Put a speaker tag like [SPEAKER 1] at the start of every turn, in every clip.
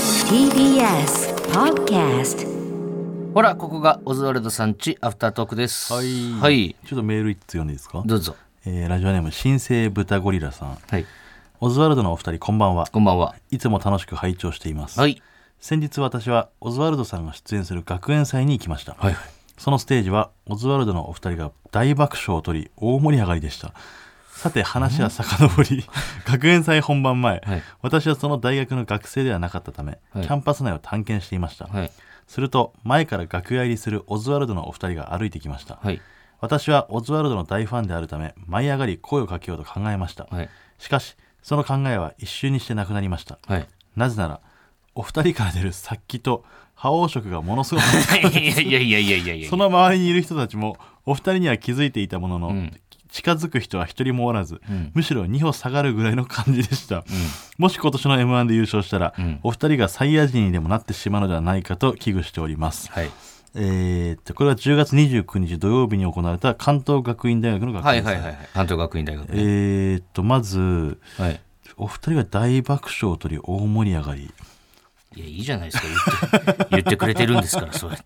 [SPEAKER 1] TBS Podcast
[SPEAKER 2] ほら、ここがオズワルドさんちアフタートークです。
[SPEAKER 3] はい
[SPEAKER 2] はい。
[SPEAKER 3] ちょっとメール一通読んでいいですか
[SPEAKER 2] どうぞ。
[SPEAKER 3] えーラジオネーム新生豚ゴリラさん
[SPEAKER 2] はい。
[SPEAKER 3] オズワルドのお二人こんばんは
[SPEAKER 2] こんばんは。
[SPEAKER 3] いつも楽しく拝聴しています、
[SPEAKER 2] はい。
[SPEAKER 3] 先日私はオズワルドさんが出演する学園祭に行きました、
[SPEAKER 2] はい。
[SPEAKER 3] そのステージはオズワルドのお二人が大爆笑を取り大盛り上がりでしたさて話は遡り 学園祭本番前、
[SPEAKER 2] はい
[SPEAKER 3] 私はその大学の学生ではなかったため、
[SPEAKER 2] はい
[SPEAKER 3] キャンパス内を探検していました、
[SPEAKER 2] はい。
[SPEAKER 3] すると前から楽屋入りするオズワルドのお二人が歩いてきました、
[SPEAKER 2] はい。
[SPEAKER 3] 私はオズワルドの大ファンであるため舞い上がり声をかけようと考えました、
[SPEAKER 2] はい。
[SPEAKER 3] しかしその考えは一瞬にしてなくなりました
[SPEAKER 2] はい。
[SPEAKER 3] なぜならお二人から出る殺気と覇王色がものすごく
[SPEAKER 2] いやいやいやいやいやいや。
[SPEAKER 3] その周りにいる人たちもお二人には気づいていたものの、
[SPEAKER 2] ん
[SPEAKER 3] 近づく人は一人もおらず、
[SPEAKER 2] ん
[SPEAKER 3] むしろ2歩下がるぐらいの感じでした、もし今年の m 1で優勝したら、
[SPEAKER 2] うん
[SPEAKER 3] お二人がサイヤ人にでもなってしまうのではないかと危惧しております、
[SPEAKER 2] はい。
[SPEAKER 3] えーっとこれは10月29日土曜日に行われた関東学院大学の学
[SPEAKER 2] はい
[SPEAKER 3] 祭
[SPEAKER 2] はいはいはい。関東学院大学
[SPEAKER 3] え
[SPEAKER 2] ね。
[SPEAKER 3] ーっとまず
[SPEAKER 2] はい。
[SPEAKER 3] お二人が大爆笑を取り大盛り上がり
[SPEAKER 2] いや、いいじゃないですか。言って、言ってくれてるんです から、そうやって。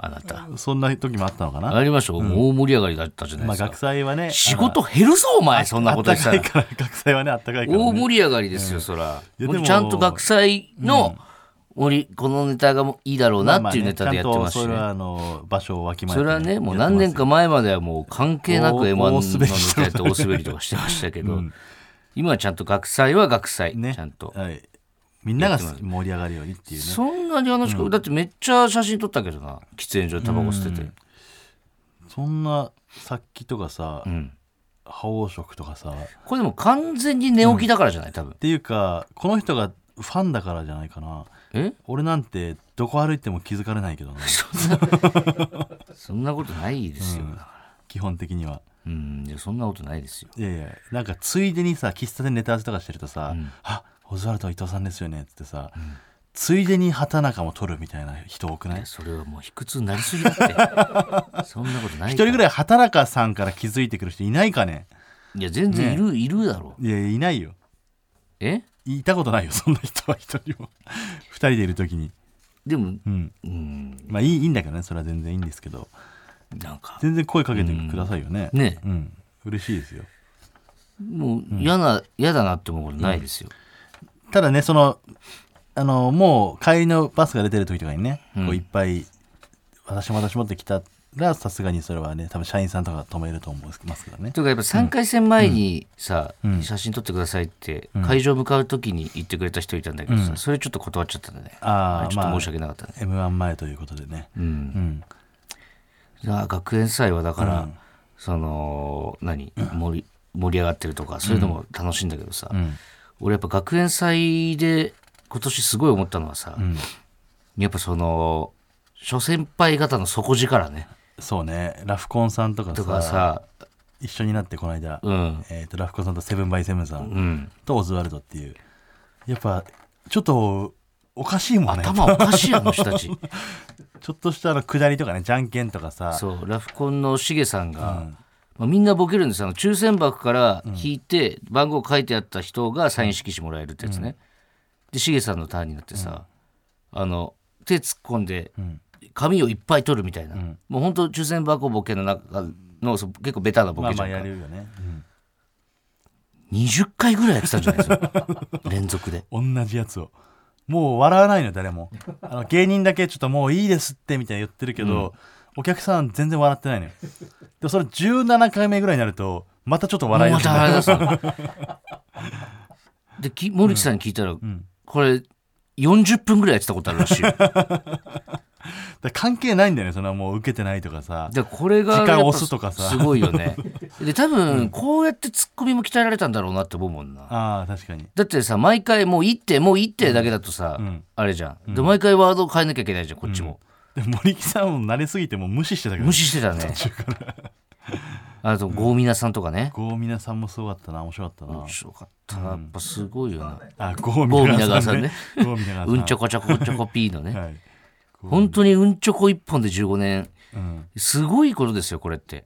[SPEAKER 2] あなた。
[SPEAKER 3] そんな時もあったのかな
[SPEAKER 2] ありましょう。もう大盛り上がりだったじゃない
[SPEAKER 3] まあ
[SPEAKER 2] です
[SPEAKER 3] 学
[SPEAKER 2] か。
[SPEAKER 3] 祭はね
[SPEAKER 2] 仕事減るぞ、お前、そんな
[SPEAKER 3] あ
[SPEAKER 2] こ
[SPEAKER 3] の
[SPEAKER 2] と
[SPEAKER 3] 暖
[SPEAKER 2] した
[SPEAKER 3] からい。から学祭はねあったかいから、ね、
[SPEAKER 2] 大盛り上がりですよ、そら。
[SPEAKER 3] いやでも
[SPEAKER 2] ちゃんと学祭の、盛りこのネタがもういいだろうなっていうネタでやってますし
[SPEAKER 3] まあねちゃんとそれ
[SPEAKER 2] ね
[SPEAKER 3] は。あの場所をわきまえて
[SPEAKER 2] それはね、もう何年か前まではもう関係なく
[SPEAKER 3] お
[SPEAKER 2] M1
[SPEAKER 3] 大
[SPEAKER 2] の
[SPEAKER 3] 滑り
[SPEAKER 2] ネタやって大滑りとかしてました けど、今はちゃんと学祭は学祭、
[SPEAKER 3] ね
[SPEAKER 2] ちゃんと。
[SPEAKER 3] はい、みんなが盛り上がるようにっていうね
[SPEAKER 2] そんなにあの近く、だってめっちゃ写真撮ったけどな、喫煙所でタバコ捨てて。
[SPEAKER 3] そんな殺気とかさ、
[SPEAKER 2] うん。
[SPEAKER 3] 覇王色とかさっ
[SPEAKER 2] これでも完全に寝起きだからじゃない多分。
[SPEAKER 3] ていうかこの人がファンだからじゃないかな
[SPEAKER 2] え
[SPEAKER 3] 俺なんてどこ歩いても気づかれないけどね
[SPEAKER 2] そんなことないですよ。だから
[SPEAKER 3] 基本的には
[SPEAKER 2] うん、いやそんなことないですよ。
[SPEAKER 3] いやいやなんかついでにさ喫茶店ネタ合わせとかしてるとさ「あオズワルド伊藤さんですよね」っつってさ、ついでに畑中も取るみたいな人多くない
[SPEAKER 2] それはもう卑屈になりすぎだって。 そんなことない。
[SPEAKER 3] 一人
[SPEAKER 2] い。
[SPEAKER 3] ぐらい畑中さんから気づいてくる人いないかね
[SPEAKER 2] いや、全然いる、いるだろう。
[SPEAKER 3] いやいないよ
[SPEAKER 2] え
[SPEAKER 3] いたことないよそんな人は一人も 二人でいる時に
[SPEAKER 2] でも、
[SPEAKER 3] うん
[SPEAKER 2] うん、
[SPEAKER 3] まあいいいいんだけどねそれは全然いいんですけど
[SPEAKER 2] なんか、
[SPEAKER 3] 全然声かけてくださいよね
[SPEAKER 2] ね
[SPEAKER 3] うん嬉しいですよ
[SPEAKER 2] もう嫌な、嫌だなって思うことないですよ。
[SPEAKER 3] ただねそのあのもう帰りのバスが出てる時とかにね、
[SPEAKER 2] うん
[SPEAKER 3] こういっぱい私も私もって来たらさすがにそれはね多分社員さんとかが止めると思いますけどね
[SPEAKER 2] というかやっぱ3回戦前にさ、
[SPEAKER 3] うん
[SPEAKER 2] 写真撮ってくださいって会場向かう時に言ってくれた人いたんだけどさ、それちょっと断っちゃったんだね
[SPEAKER 3] あー
[SPEAKER 2] れちょっと申し訳なかったね、
[SPEAKER 3] m 1前ということでね
[SPEAKER 2] う
[SPEAKER 3] うんん
[SPEAKER 2] いや学園祭はだから、
[SPEAKER 3] うん
[SPEAKER 2] その何盛り盛り上がってるとかそういうのも楽しいんだけどさ、
[SPEAKER 3] うん
[SPEAKER 2] 俺やっぱ学園祭で今年すごい思ったのはさ、
[SPEAKER 3] うん
[SPEAKER 2] やっぱその諸先輩方の底力ね
[SPEAKER 3] そうねラフコンさんとかさ
[SPEAKER 2] とかさ
[SPEAKER 3] 一緒になってこの間、
[SPEAKER 2] うん
[SPEAKER 3] えー、とラフコンさんとセブンバイセブンさ
[SPEAKER 2] う
[SPEAKER 3] ん
[SPEAKER 2] ん
[SPEAKER 3] とオズワルドっていうやっぱちょっとおかしいもんね
[SPEAKER 2] 頭おかしいあの人た ち
[SPEAKER 3] ちょっとしたあの下りとかねじゃんけんとかさ
[SPEAKER 2] そうラフコンのしげさんが、まあ、みんなボケるんですよあの抽選箱から引いて番号書いてあった人がサイン色紙もらえるってやつね、でしげさんのターンになってさ、あの手突っ込んで
[SPEAKER 3] ん
[SPEAKER 2] 紙をいっぱい取るみたいな、もう本当抽選箱ボケの中のそう結構ベタなボ
[SPEAKER 3] まあ
[SPEAKER 2] ケじ
[SPEAKER 3] ま
[SPEAKER 2] ゃ
[SPEAKER 3] あ
[SPEAKER 2] んか、
[SPEAKER 3] やれるよね、
[SPEAKER 2] 20回ぐらいやってたんじゃないですか 連続で
[SPEAKER 3] うん同じやつをもう笑わないのよ誰 もあの芸人だけちょっともういいですってみたいな言ってるけど、お客さん全然笑ってないのよでもそれ17回目ぐらいになるとまたちょっと笑い
[SPEAKER 2] も
[SPEAKER 3] 出
[SPEAKER 2] う
[SPEAKER 3] す
[SPEAKER 2] また笑い出すのでき森木さんに聞いたら、これ40分ぐらいやってたことあるらしいよだか
[SPEAKER 3] だから 関係ないんだよねそのもう受けてないとかさ
[SPEAKER 2] らこれが
[SPEAKER 3] 時間を
[SPEAKER 2] やっぱ
[SPEAKER 3] 押すとかさ
[SPEAKER 2] すごいよ ねで多分こうやってツッコミも鍛えられたんだろうなって思うもんな
[SPEAKER 3] ああ確かに
[SPEAKER 2] だってさ毎回もう一手もう一手だけだとさ、
[SPEAKER 3] うん
[SPEAKER 2] あれじゃんで毎回ワードを変えなきゃいけないじゃんこっちも、
[SPEAKER 3] で森木さんも慣れすぎてもう無視してたけど
[SPEAKER 2] 無視してた ねあと郷皆さんとかね
[SPEAKER 3] 郷皆さんもすごかったな面白かったな、
[SPEAKER 2] 面白かったなやっぱすごいよな、
[SPEAKER 3] あ郷皆さんね
[SPEAKER 2] 郷
[SPEAKER 3] 郷皆さん
[SPEAKER 2] うんちょこちょこちょこピーのね、
[SPEAKER 3] はい、
[SPEAKER 2] 本当にうんちょこ一本で15年
[SPEAKER 3] うん、
[SPEAKER 2] すごいことですよこれって、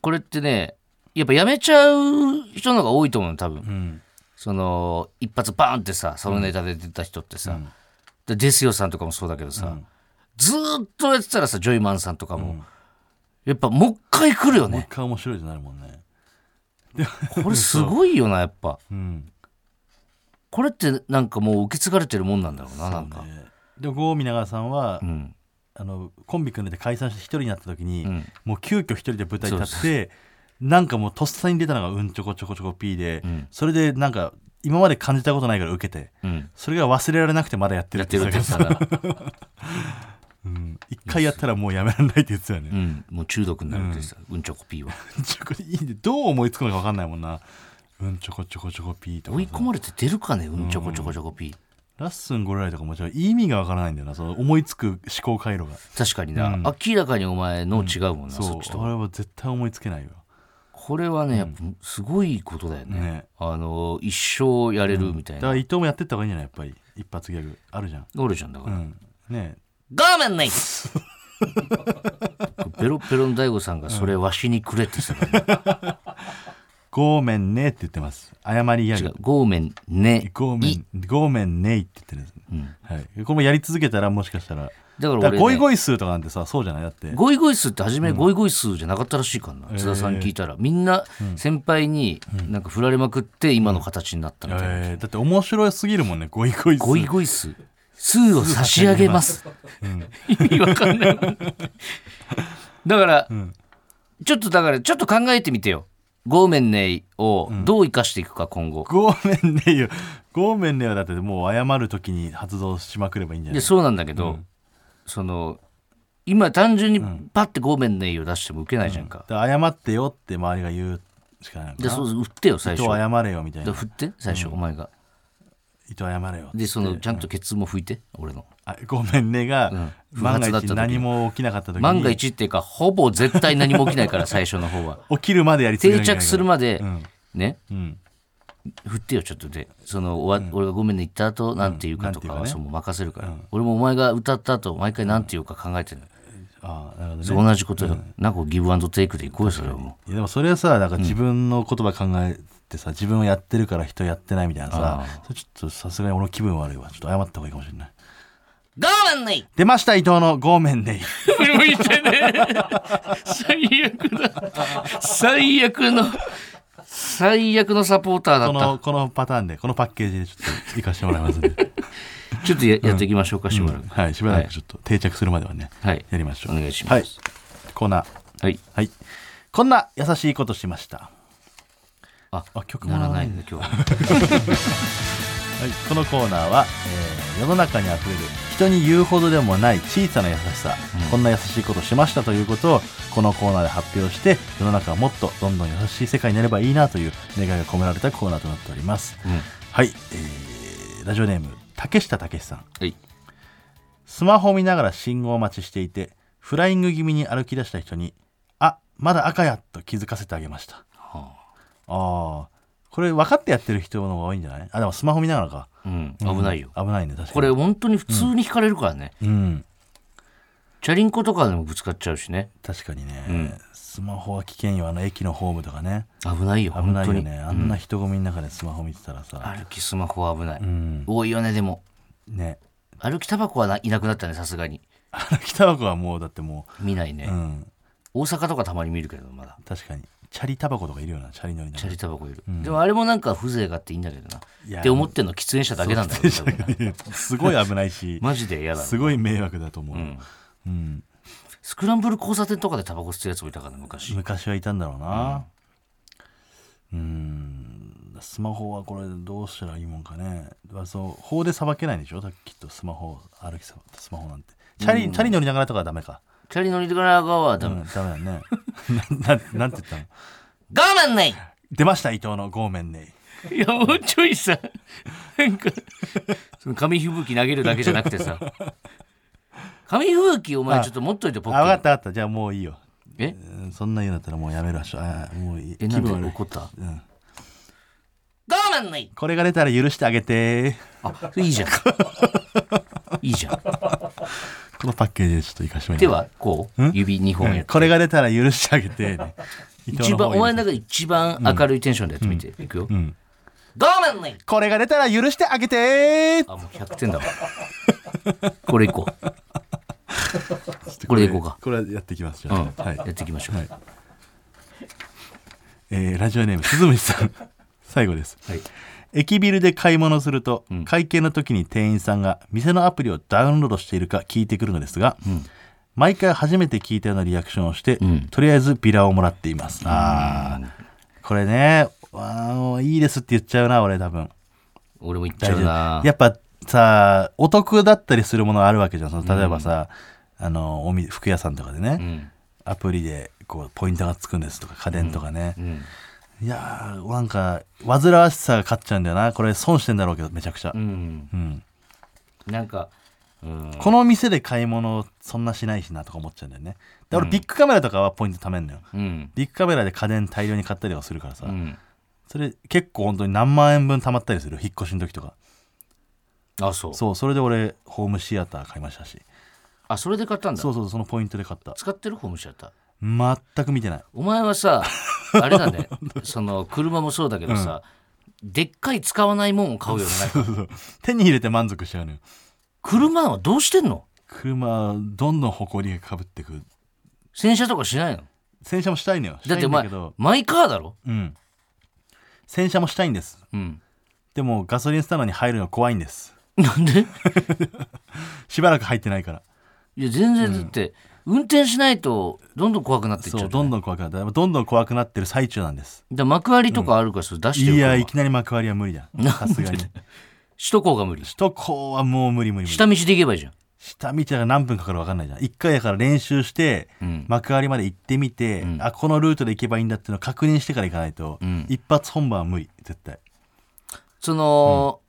[SPEAKER 2] これってねやっぱやめちゃう人の方が多いと思うの多分
[SPEAKER 3] うん、
[SPEAKER 2] その一発バーンってさそのネタで出た人ってさ、でデスヨさんとかもそうだけどさ、ずーっとやってたらさジョイマンさんとかも、やっぱもう一回来るよ
[SPEAKER 3] もう一
[SPEAKER 2] ね
[SPEAKER 3] 回面白いってなるもんね。
[SPEAKER 2] これすごいよなやっぱ
[SPEAKER 3] うん。
[SPEAKER 2] これってなんかもう受け継がれてるもんなんだろうななんか、
[SPEAKER 3] ねで、郷美永さんは、
[SPEAKER 2] うん、
[SPEAKER 3] あのコンビ組んでて解散して一人になった時に、
[SPEAKER 2] うん
[SPEAKER 3] もう急遽一人で舞台に立ってなんかもうとっさに出たのがうんちょこちょこちょこ P で、
[SPEAKER 2] ん
[SPEAKER 3] それでなんか今まで感じたことないから受けて
[SPEAKER 2] うん、
[SPEAKER 3] それが忘れられなくてまだやってる
[SPEAKER 2] や
[SPEAKER 3] っ
[SPEAKER 2] ってて
[SPEAKER 3] 言
[SPEAKER 2] る
[SPEAKER 3] っ
[SPEAKER 2] ってて
[SPEAKER 3] た
[SPEAKER 2] さ
[SPEAKER 3] けど、うん、一回やったらもうやめられないって言ってたよね、
[SPEAKER 2] うん、もう中毒になるってさ、うん、ちょこピーは
[SPEAKER 3] うんちょこいいねどう思いつくのか分かんないもんなうんちょこちょこちょこ P とか
[SPEAKER 2] 追い込まれて出るかねうんちょこちょこちょこピー
[SPEAKER 3] ラッスンゴレライとかもちろん意味が分からないんだよなその思いつく思考回路が
[SPEAKER 2] 確かにな、
[SPEAKER 3] うん
[SPEAKER 2] 明らかにお前の違うもんな、そ
[SPEAKER 3] そ
[SPEAKER 2] っち
[SPEAKER 3] う
[SPEAKER 2] と
[SPEAKER 3] 俺は絶対思いつけないよ
[SPEAKER 2] これはねやっぱすごいことだよね,、
[SPEAKER 3] ね
[SPEAKER 2] あの一生やれるみた
[SPEAKER 3] だ
[SPEAKER 2] い
[SPEAKER 3] か
[SPEAKER 2] な、
[SPEAKER 3] ら伊藤もやってった方がいいんじゃないやっぱり一発ギャグあるじゃん
[SPEAKER 2] 俺じゃんだか
[SPEAKER 3] う
[SPEAKER 2] ら、
[SPEAKER 3] んね
[SPEAKER 2] ご めんねペロッペロの大悟さんがそれわしにくれって言ってたからね、
[SPEAKER 3] ごめんねって言ってます謝りギャ
[SPEAKER 2] 違う
[SPEAKER 3] グ
[SPEAKER 2] ごめんね
[SPEAKER 3] ごめんごめんねいって言ってるんですね、はい、これもやり続けたらもしかしたら
[SPEAKER 2] だから
[SPEAKER 3] だ
[SPEAKER 2] 俺、
[SPEAKER 3] から
[SPEAKER 2] ね、
[SPEAKER 3] ゴイゴイスーとかなんてさそうじゃないだって
[SPEAKER 2] ゴイゴイスーって初めゴイゴイスーじゃなかったらしいからな、
[SPEAKER 3] えー
[SPEAKER 2] 津田さんに聞いたらみんな先輩になんか振られまくって今の形になったみたいな、
[SPEAKER 3] えーだって面白すぎるもんねゴイゴイスー
[SPEAKER 2] ゴイゴイスースーを差し上げます、意味わかんないもんだから、ちょっとだからちょっと考えてみてよ「ごめんねい」をどう生かしていくか今後、
[SPEAKER 3] ごめんねよごめんねよだってもう謝るときに発動しまくればいいんじゃな
[SPEAKER 2] で
[SPEAKER 3] い
[SPEAKER 2] そうなんだけど、その今単純にパッて「ごめんねい」を出しても受けないじゃんか
[SPEAKER 3] だ、から謝ってよって周りが言うしかないのかな
[SPEAKER 2] でそう振ってよ最
[SPEAKER 3] 伊
[SPEAKER 2] 初
[SPEAKER 3] 藤謝れよみたい
[SPEAKER 2] で
[SPEAKER 3] な
[SPEAKER 2] 振って最初、お前が
[SPEAKER 3] 伊藤謝れよ
[SPEAKER 2] でそのちゃんとケツも拭いて俺の
[SPEAKER 3] あごめんねが、
[SPEAKER 2] うん
[SPEAKER 3] 万が
[SPEAKER 2] 不発だった時
[SPEAKER 3] 一
[SPEAKER 2] に
[SPEAKER 3] 何も起きなかった時に
[SPEAKER 2] 万が一っていうかほぼ絶対何も起きないから最初の方は
[SPEAKER 3] 起きるまでやり続け
[SPEAKER 2] 定
[SPEAKER 3] なきゃいけない
[SPEAKER 2] 着するまで、
[SPEAKER 3] ん
[SPEAKER 2] ね
[SPEAKER 3] うん
[SPEAKER 2] 振ってよちょっとでその、終わ俺が「ごめんね」言った後なんて言うかとか
[SPEAKER 3] うんなん
[SPEAKER 2] は
[SPEAKER 3] て
[SPEAKER 2] そ
[SPEAKER 3] 言
[SPEAKER 2] うもう任せるから、俺もお前が歌った後毎回なんて言うか考えてる、
[SPEAKER 3] ああなるほ
[SPEAKER 2] そ
[SPEAKER 3] ど
[SPEAKER 2] う
[SPEAKER 3] ね
[SPEAKER 2] 同じことよ、なんかギブアンドテイクでいこうよそれはも
[SPEAKER 3] いやでもそれはさなんか自分の言葉考えてさ、自分をやってるから人やってないみたいなさそれちょっとさすがに俺の気分悪いわちょっと謝った方がいいかもしれない
[SPEAKER 2] 「
[SPEAKER 3] う
[SPEAKER 2] ごめんね
[SPEAKER 3] 出ました伊藤の「ごめんね」
[SPEAKER 2] 向いてね最悪だ最悪の最悪のサポーターだ
[SPEAKER 3] こ
[SPEAKER 2] っ
[SPEAKER 3] のこのパターンでこのパッケージでちょっと行かせてもらいますん で、
[SPEAKER 2] たちょっとや,、っていきましょうかしばらく、
[SPEAKER 3] はい、しばらくちょっと定着するまではね、
[SPEAKER 2] はい
[SPEAKER 3] やりましょう
[SPEAKER 2] お願いします
[SPEAKER 3] はい、コーナー
[SPEAKER 2] はい
[SPEAKER 3] はいこんな優しいことしました
[SPEAKER 2] あ
[SPEAKER 3] あ曲も
[SPEAKER 2] な
[SPEAKER 3] ら
[SPEAKER 2] ら
[SPEAKER 3] わな
[SPEAKER 2] ないい
[SPEAKER 3] ん
[SPEAKER 2] ん
[SPEAKER 3] だ
[SPEAKER 2] だ今日は
[SPEAKER 3] はい、このコーナーは、えー世の中にあふれる人に言うほどでもない小さな優しさ、こんな優しいことしましたということをこのコーナーで発表して世の中はもっとどんどん優しい世界になればいいなという願いが込められたコーナーとなっております、
[SPEAKER 2] うん
[SPEAKER 3] はい、えーラジオネーム竹下武さん
[SPEAKER 2] はい
[SPEAKER 3] スマホを見ながら信号待ちしていてフライング気味に歩き出した人に「あまだ赤や」と気づかせてあげました、
[SPEAKER 2] は
[SPEAKER 3] ああこれ分かってやってる人の方が多いんじゃないあでもスマホ見ながらか
[SPEAKER 2] うん、危ないよ、
[SPEAKER 3] 危ないね確かに
[SPEAKER 2] これ本当に普通に引かれるからね、
[SPEAKER 3] うん
[SPEAKER 2] チャリンコとかでもぶつかっちゃうしね
[SPEAKER 3] 確かにね、
[SPEAKER 2] うん
[SPEAKER 3] スマホは危険よあの駅のホームとかね
[SPEAKER 2] 危ないよ
[SPEAKER 3] 危ないよね
[SPEAKER 2] 本
[SPEAKER 3] あんな人混みの中でスマホ見てたら
[SPEAKER 2] 当
[SPEAKER 3] さ、
[SPEAKER 2] に歩きスマホは危ない、
[SPEAKER 3] うん
[SPEAKER 2] 多いよねでも
[SPEAKER 3] ね
[SPEAKER 2] 歩きタバコはないなくなったねさすがに
[SPEAKER 3] 歩きタバコはもうだっても
[SPEAKER 2] 見ないね、
[SPEAKER 3] う、うん、
[SPEAKER 2] 大阪とかたまに見るけどまだ
[SPEAKER 3] 確かにチャリタバコとかいるよなチャリ乗りな
[SPEAKER 2] チ
[SPEAKER 3] が
[SPEAKER 2] ャリタバコいる、でもあれもなんか風情があっていいんだけど
[SPEAKER 3] いや
[SPEAKER 2] なって思ってんの喫煙者だけなんだけど
[SPEAKER 3] ら すごい危ない し
[SPEAKER 2] マジで嫌だ
[SPEAKER 3] すごい迷惑だと思う、うん
[SPEAKER 2] スクランブル交差点とかでタバコ吸ってるやつもいたからね昔
[SPEAKER 3] 昔はいたんだろうなうんスマホはこれどうしたらいいもんかねまあそう法で裁けないんでしょだってきっとスマホ歩きさスマホなんてチャリ,、チャリ乗りながらとかはダメか
[SPEAKER 2] チャリ乗りながらはダメ、
[SPEAKER 3] うん、ダメだね。 な、ななんて言ったの
[SPEAKER 2] 我慢ね
[SPEAKER 3] 出ました、伊藤のごめんね。
[SPEAKER 2] いやもうちょいさなんかその紙吹雪投げるだけじゃなくてさ紙吹雪お前ちょっと持っといて
[SPEAKER 3] あ、
[SPEAKER 2] ポ
[SPEAKER 3] 分
[SPEAKER 2] ッケに
[SPEAKER 3] かった分かった。じゃあもういいよ。
[SPEAKER 2] え
[SPEAKER 3] うんそんな言うんだったらもうやめるわしょ。ああもういい。
[SPEAKER 2] え
[SPEAKER 3] 気
[SPEAKER 2] なん
[SPEAKER 3] 分悪
[SPEAKER 2] で
[SPEAKER 3] い
[SPEAKER 2] 怒った
[SPEAKER 3] うん。
[SPEAKER 2] 我慢ない
[SPEAKER 3] これが出たら許してあげて。
[SPEAKER 2] あそれいいじゃんいいじゃん
[SPEAKER 3] このパッケージでちょっといかしま
[SPEAKER 2] 手はこう指2本やって
[SPEAKER 3] これが出たら 許してあげて。伊藤
[SPEAKER 2] 一
[SPEAKER 3] の
[SPEAKER 2] 番
[SPEAKER 3] 方
[SPEAKER 2] お前の
[SPEAKER 3] が
[SPEAKER 2] 中で一番明るいテンションでやってみていくよ
[SPEAKER 3] ん
[SPEAKER 2] ごめんね
[SPEAKER 3] これが出たら許してあげて
[SPEAKER 2] あもう100点だわこれいこう これでいこうか
[SPEAKER 3] これはやっていきますじゃ
[SPEAKER 2] う
[SPEAKER 3] あ
[SPEAKER 2] ん、
[SPEAKER 3] はい
[SPEAKER 2] やっていきましょう、
[SPEAKER 3] はいえーラジオネーム鈴虫さん最後です
[SPEAKER 2] はい
[SPEAKER 3] 駅ビルで買い物すると、
[SPEAKER 2] ん
[SPEAKER 3] 会計の時に店員さんが店のアプリをダウンロードしているか聞いてくるのですが、毎回初めて聞いたようなリアクションをして、
[SPEAKER 2] ん
[SPEAKER 3] とりあえずビラをもらっています、あーこれねあのいいですって言っちゃうな俺多分
[SPEAKER 2] 俺も言っち
[SPEAKER 3] 大
[SPEAKER 2] ゃ
[SPEAKER 3] 丈
[SPEAKER 2] うな
[SPEAKER 3] 夫やっぱさお得だったりするものあるわけじゃんその例えばさ、あのおみ服屋さんとかでね、
[SPEAKER 2] うん
[SPEAKER 3] アプリでこうポイントがつくんですとか家電とかね、
[SPEAKER 2] うん
[SPEAKER 3] いやーなんか煩わしさが勝っちゃうんだよなこれ損してんだろうけどめちゃくちゃ、
[SPEAKER 2] うん
[SPEAKER 3] うん
[SPEAKER 2] なんかうん
[SPEAKER 3] この店で買い物そんなしないしなとか思っちゃうんだよねで俺ビッグカメラとかはポイント貯めんのよ
[SPEAKER 2] うん
[SPEAKER 3] ビッグカメラで家電大量に買ったりはするからさ、
[SPEAKER 2] うん
[SPEAKER 3] それ結構本当に何万円分貯まったりする引っ越しの時とか
[SPEAKER 2] あそう
[SPEAKER 3] そうそれで俺ホームシアター買いましたし
[SPEAKER 2] あそれで買ったんだ
[SPEAKER 3] そうそうそのポイントで買った
[SPEAKER 2] 使ってるホームシアター
[SPEAKER 3] 全く見てない
[SPEAKER 2] お前は さあれだねその車もそうだけどさ、でっかい使わないもんを買うよねなんか
[SPEAKER 3] 手に入れて満足しちゃうのよ
[SPEAKER 2] 車はどうしてんの
[SPEAKER 3] 車どんどん埃がかぶってくる
[SPEAKER 2] 洗車とかしないの
[SPEAKER 3] 洗車もしたいのよ
[SPEAKER 2] だってお前
[SPEAKER 3] したいんだけど
[SPEAKER 2] マイカーだろ
[SPEAKER 3] うん洗車もしたいんです
[SPEAKER 2] うん
[SPEAKER 3] でもガソリンスタンドに入るの怖いんです
[SPEAKER 2] なんで
[SPEAKER 3] しばらく入ってないから
[SPEAKER 2] いや全然だって、運転しないとどんどん怖くなっていっちゃ
[SPEAKER 3] そううどんどん怖くなってどんどん怖くなってる最中なんです
[SPEAKER 2] だから幕張とかあるからそれ出してよ
[SPEAKER 3] いやい
[SPEAKER 2] 首
[SPEAKER 3] きなり幕張は無理ださすがに
[SPEAKER 2] 都高が無理
[SPEAKER 3] 首都高はもう無理無理無理
[SPEAKER 2] 下道で行けばいいじゃん
[SPEAKER 3] 下道が何分かかるか分かんないじゃん一回だから練習して、
[SPEAKER 2] うん
[SPEAKER 3] 幕張まで行ってみて、
[SPEAKER 2] ん
[SPEAKER 3] あこのルートで行けばいいんだっていうのを確認してから行かないと、
[SPEAKER 2] うん
[SPEAKER 3] 一発本番は無理絶対
[SPEAKER 2] その、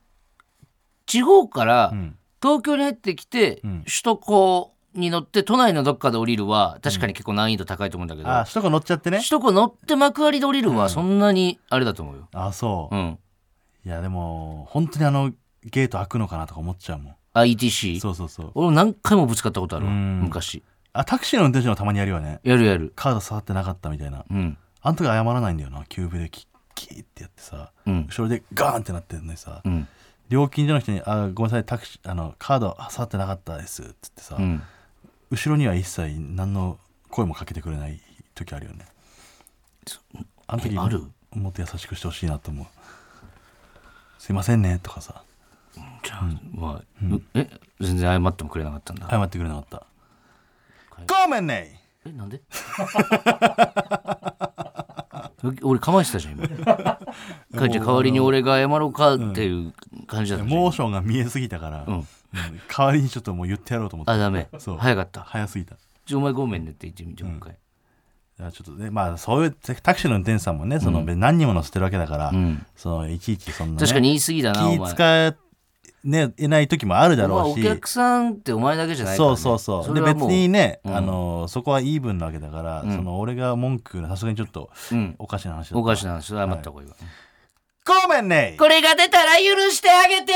[SPEAKER 2] 地方から
[SPEAKER 3] ん
[SPEAKER 2] 東京に入ってきて、
[SPEAKER 3] うん
[SPEAKER 2] 首都高に乗って都内のどっかで降りるは確かに結構難易度高いと思うんだけど、
[SPEAKER 3] あ首都高乗っちゃってね
[SPEAKER 2] 首都高乗って幕張で降りるはそんなにあれだと思うよ。
[SPEAKER 3] あそう、
[SPEAKER 2] うん。
[SPEAKER 3] いやでも本当にあのゲート開くのかなとか思っちゃうもん
[SPEAKER 2] ITC。
[SPEAKER 3] そうそうそう
[SPEAKER 2] 俺も何回もぶつかったことあるわ、
[SPEAKER 3] うん
[SPEAKER 2] 昔。
[SPEAKER 3] あタクシーの運転手のたまにやるよね
[SPEAKER 2] やるやる。
[SPEAKER 3] カード触ってなかったみたいな
[SPEAKER 2] うん。
[SPEAKER 3] あん時謝らないんだよな急ブレーキキーってやってさ
[SPEAKER 2] うん。
[SPEAKER 3] 後ろでガーンってなってるのにさ、
[SPEAKER 2] うん。
[SPEAKER 3] 料金所の人に「あごめんなさいタクシーあのカードあ触ってなかったです」っつってさ、
[SPEAKER 2] うん。
[SPEAKER 3] 後ろには一切何の声もかけてくれない時あるよねあの時
[SPEAKER 2] えある
[SPEAKER 3] もっと優しくしてほしいなと思うすいませんねとかさ
[SPEAKER 2] じゃあ、まあ、え、全然謝ってもくれなかったんだ。
[SPEAKER 3] 謝ってくれなかった
[SPEAKER 2] はい
[SPEAKER 3] ごめんね
[SPEAKER 2] え、なんで 俺構えてたじゃん、今。かいちゃん代わりに俺が謝ろうかっていう感じだったじゃん
[SPEAKER 3] モーションが見えすぎたから、
[SPEAKER 2] ん
[SPEAKER 3] うん代わりにちょっともう言ってやろうと思って
[SPEAKER 2] あ、ダメ。
[SPEAKER 3] そう
[SPEAKER 2] 早かった。
[SPEAKER 3] 早すぎた
[SPEAKER 2] じゃあお前ごめんねって言ってみて、もう一回。
[SPEAKER 3] いやちょっとねまあそういうタクシーの運転手さんもねその、別に何人も乗せてるわけだから、
[SPEAKER 2] ん
[SPEAKER 3] そのいちいちそんな、ね、
[SPEAKER 2] 確かに言い過ぎだな、お
[SPEAKER 3] 気
[SPEAKER 2] 前。
[SPEAKER 3] 使えない時もあるだ
[SPEAKER 2] まあ
[SPEAKER 3] ろう
[SPEAKER 2] お
[SPEAKER 3] し、
[SPEAKER 2] 客さんってお前だけじゃないから、ね、
[SPEAKER 3] そうそうそう
[SPEAKER 2] れ
[SPEAKER 3] で
[SPEAKER 2] は
[SPEAKER 3] 別
[SPEAKER 2] もう
[SPEAKER 3] にね、
[SPEAKER 2] うん
[SPEAKER 3] あのそこはイーブンなわけだから、その俺が文句言うのはさすがにちょっと
[SPEAKER 2] うん
[SPEAKER 3] おかしな話だ
[SPEAKER 2] おかし
[SPEAKER 3] な
[SPEAKER 2] な話謝った方がいいわ、
[SPEAKER 3] ごめんね
[SPEAKER 2] これが出たら許してあげて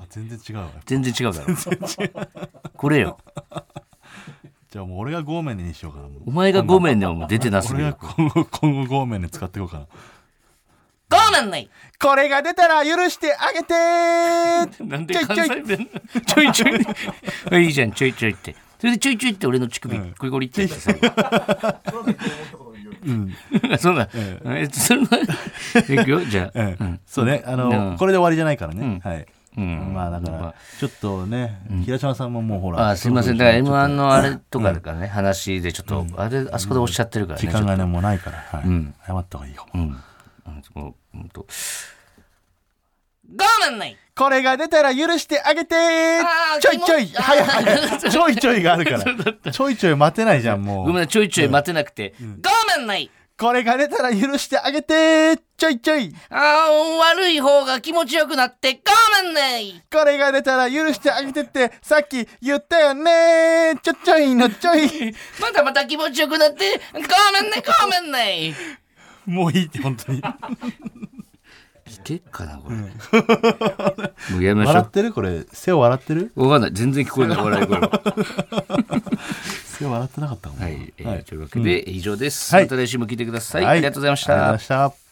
[SPEAKER 3] あ全然違うわ
[SPEAKER 2] 全然違うだろこれよ
[SPEAKER 3] じゃあもう俺がごめんねにしようかなもう
[SPEAKER 2] お前がごめんねもう出てなすぎ
[SPEAKER 3] 俺が
[SPEAKER 2] る
[SPEAKER 3] 今後今後ごめんね使っていこうかな
[SPEAKER 2] ごめんね
[SPEAKER 3] これが出たら許してあげて
[SPEAKER 2] なんで関西弁ちょいちょい いいじゃんちょいちょいってそれでちょいちょいって俺の乳首ゴリゴリってやって さ、 そんな、えそんな いくよじゃあ、
[SPEAKER 3] うんそうねあの、
[SPEAKER 2] うん
[SPEAKER 3] これで終わりじゃないからね、はい
[SPEAKER 2] うん
[SPEAKER 3] まあだか
[SPEAKER 2] ま
[SPEAKER 3] ら
[SPEAKER 2] あ
[SPEAKER 3] ちょっとね、平島さんももうほら
[SPEAKER 2] あすいませんだから
[SPEAKER 3] そ
[SPEAKER 2] m
[SPEAKER 3] ろそろ
[SPEAKER 2] 1のあれとかだからね、話でちょっと、あれあそこでおっしゃってるからね
[SPEAKER 3] 時間がねもうないから、はい謝った方がいいか
[SPEAKER 2] う
[SPEAKER 3] も、
[SPEAKER 2] んもううんと我慢ない
[SPEAKER 3] これが出たら許してあげてちょいちょい早い早 いちょいちょいがあるからちょいちょい待てないじゃんも
[SPEAKER 2] ごめん
[SPEAKER 3] う
[SPEAKER 2] なちょいちょい待てなくて、我慢ない
[SPEAKER 3] これが出たら許してあげてちょいちょい
[SPEAKER 2] あー悪い方が気持ちよくなって我慢ない
[SPEAKER 3] これが出たら許してあげてってさっき言ったよねちょちょいのち ょい
[SPEAKER 2] またまた気持ちよくなって我慢ない我慢ない
[SPEAKER 3] もういいって本当に
[SPEAKER 2] 来てっかな これ、もうやめましょ
[SPEAKER 3] 笑っ
[SPEAKER 2] う
[SPEAKER 3] てるこれ背を笑ってる
[SPEAKER 2] わかんない全然聞こえない笑い声は
[SPEAKER 3] 背笑ってなかったかも
[SPEAKER 2] はい、えーというわけで、以上です、
[SPEAKER 3] はい
[SPEAKER 2] また来週も聞いてください、
[SPEAKER 3] は
[SPEAKER 2] あ
[SPEAKER 3] い
[SPEAKER 2] りがとうございまし
[SPEAKER 3] ありがとうござい
[SPEAKER 2] た
[SPEAKER 3] ました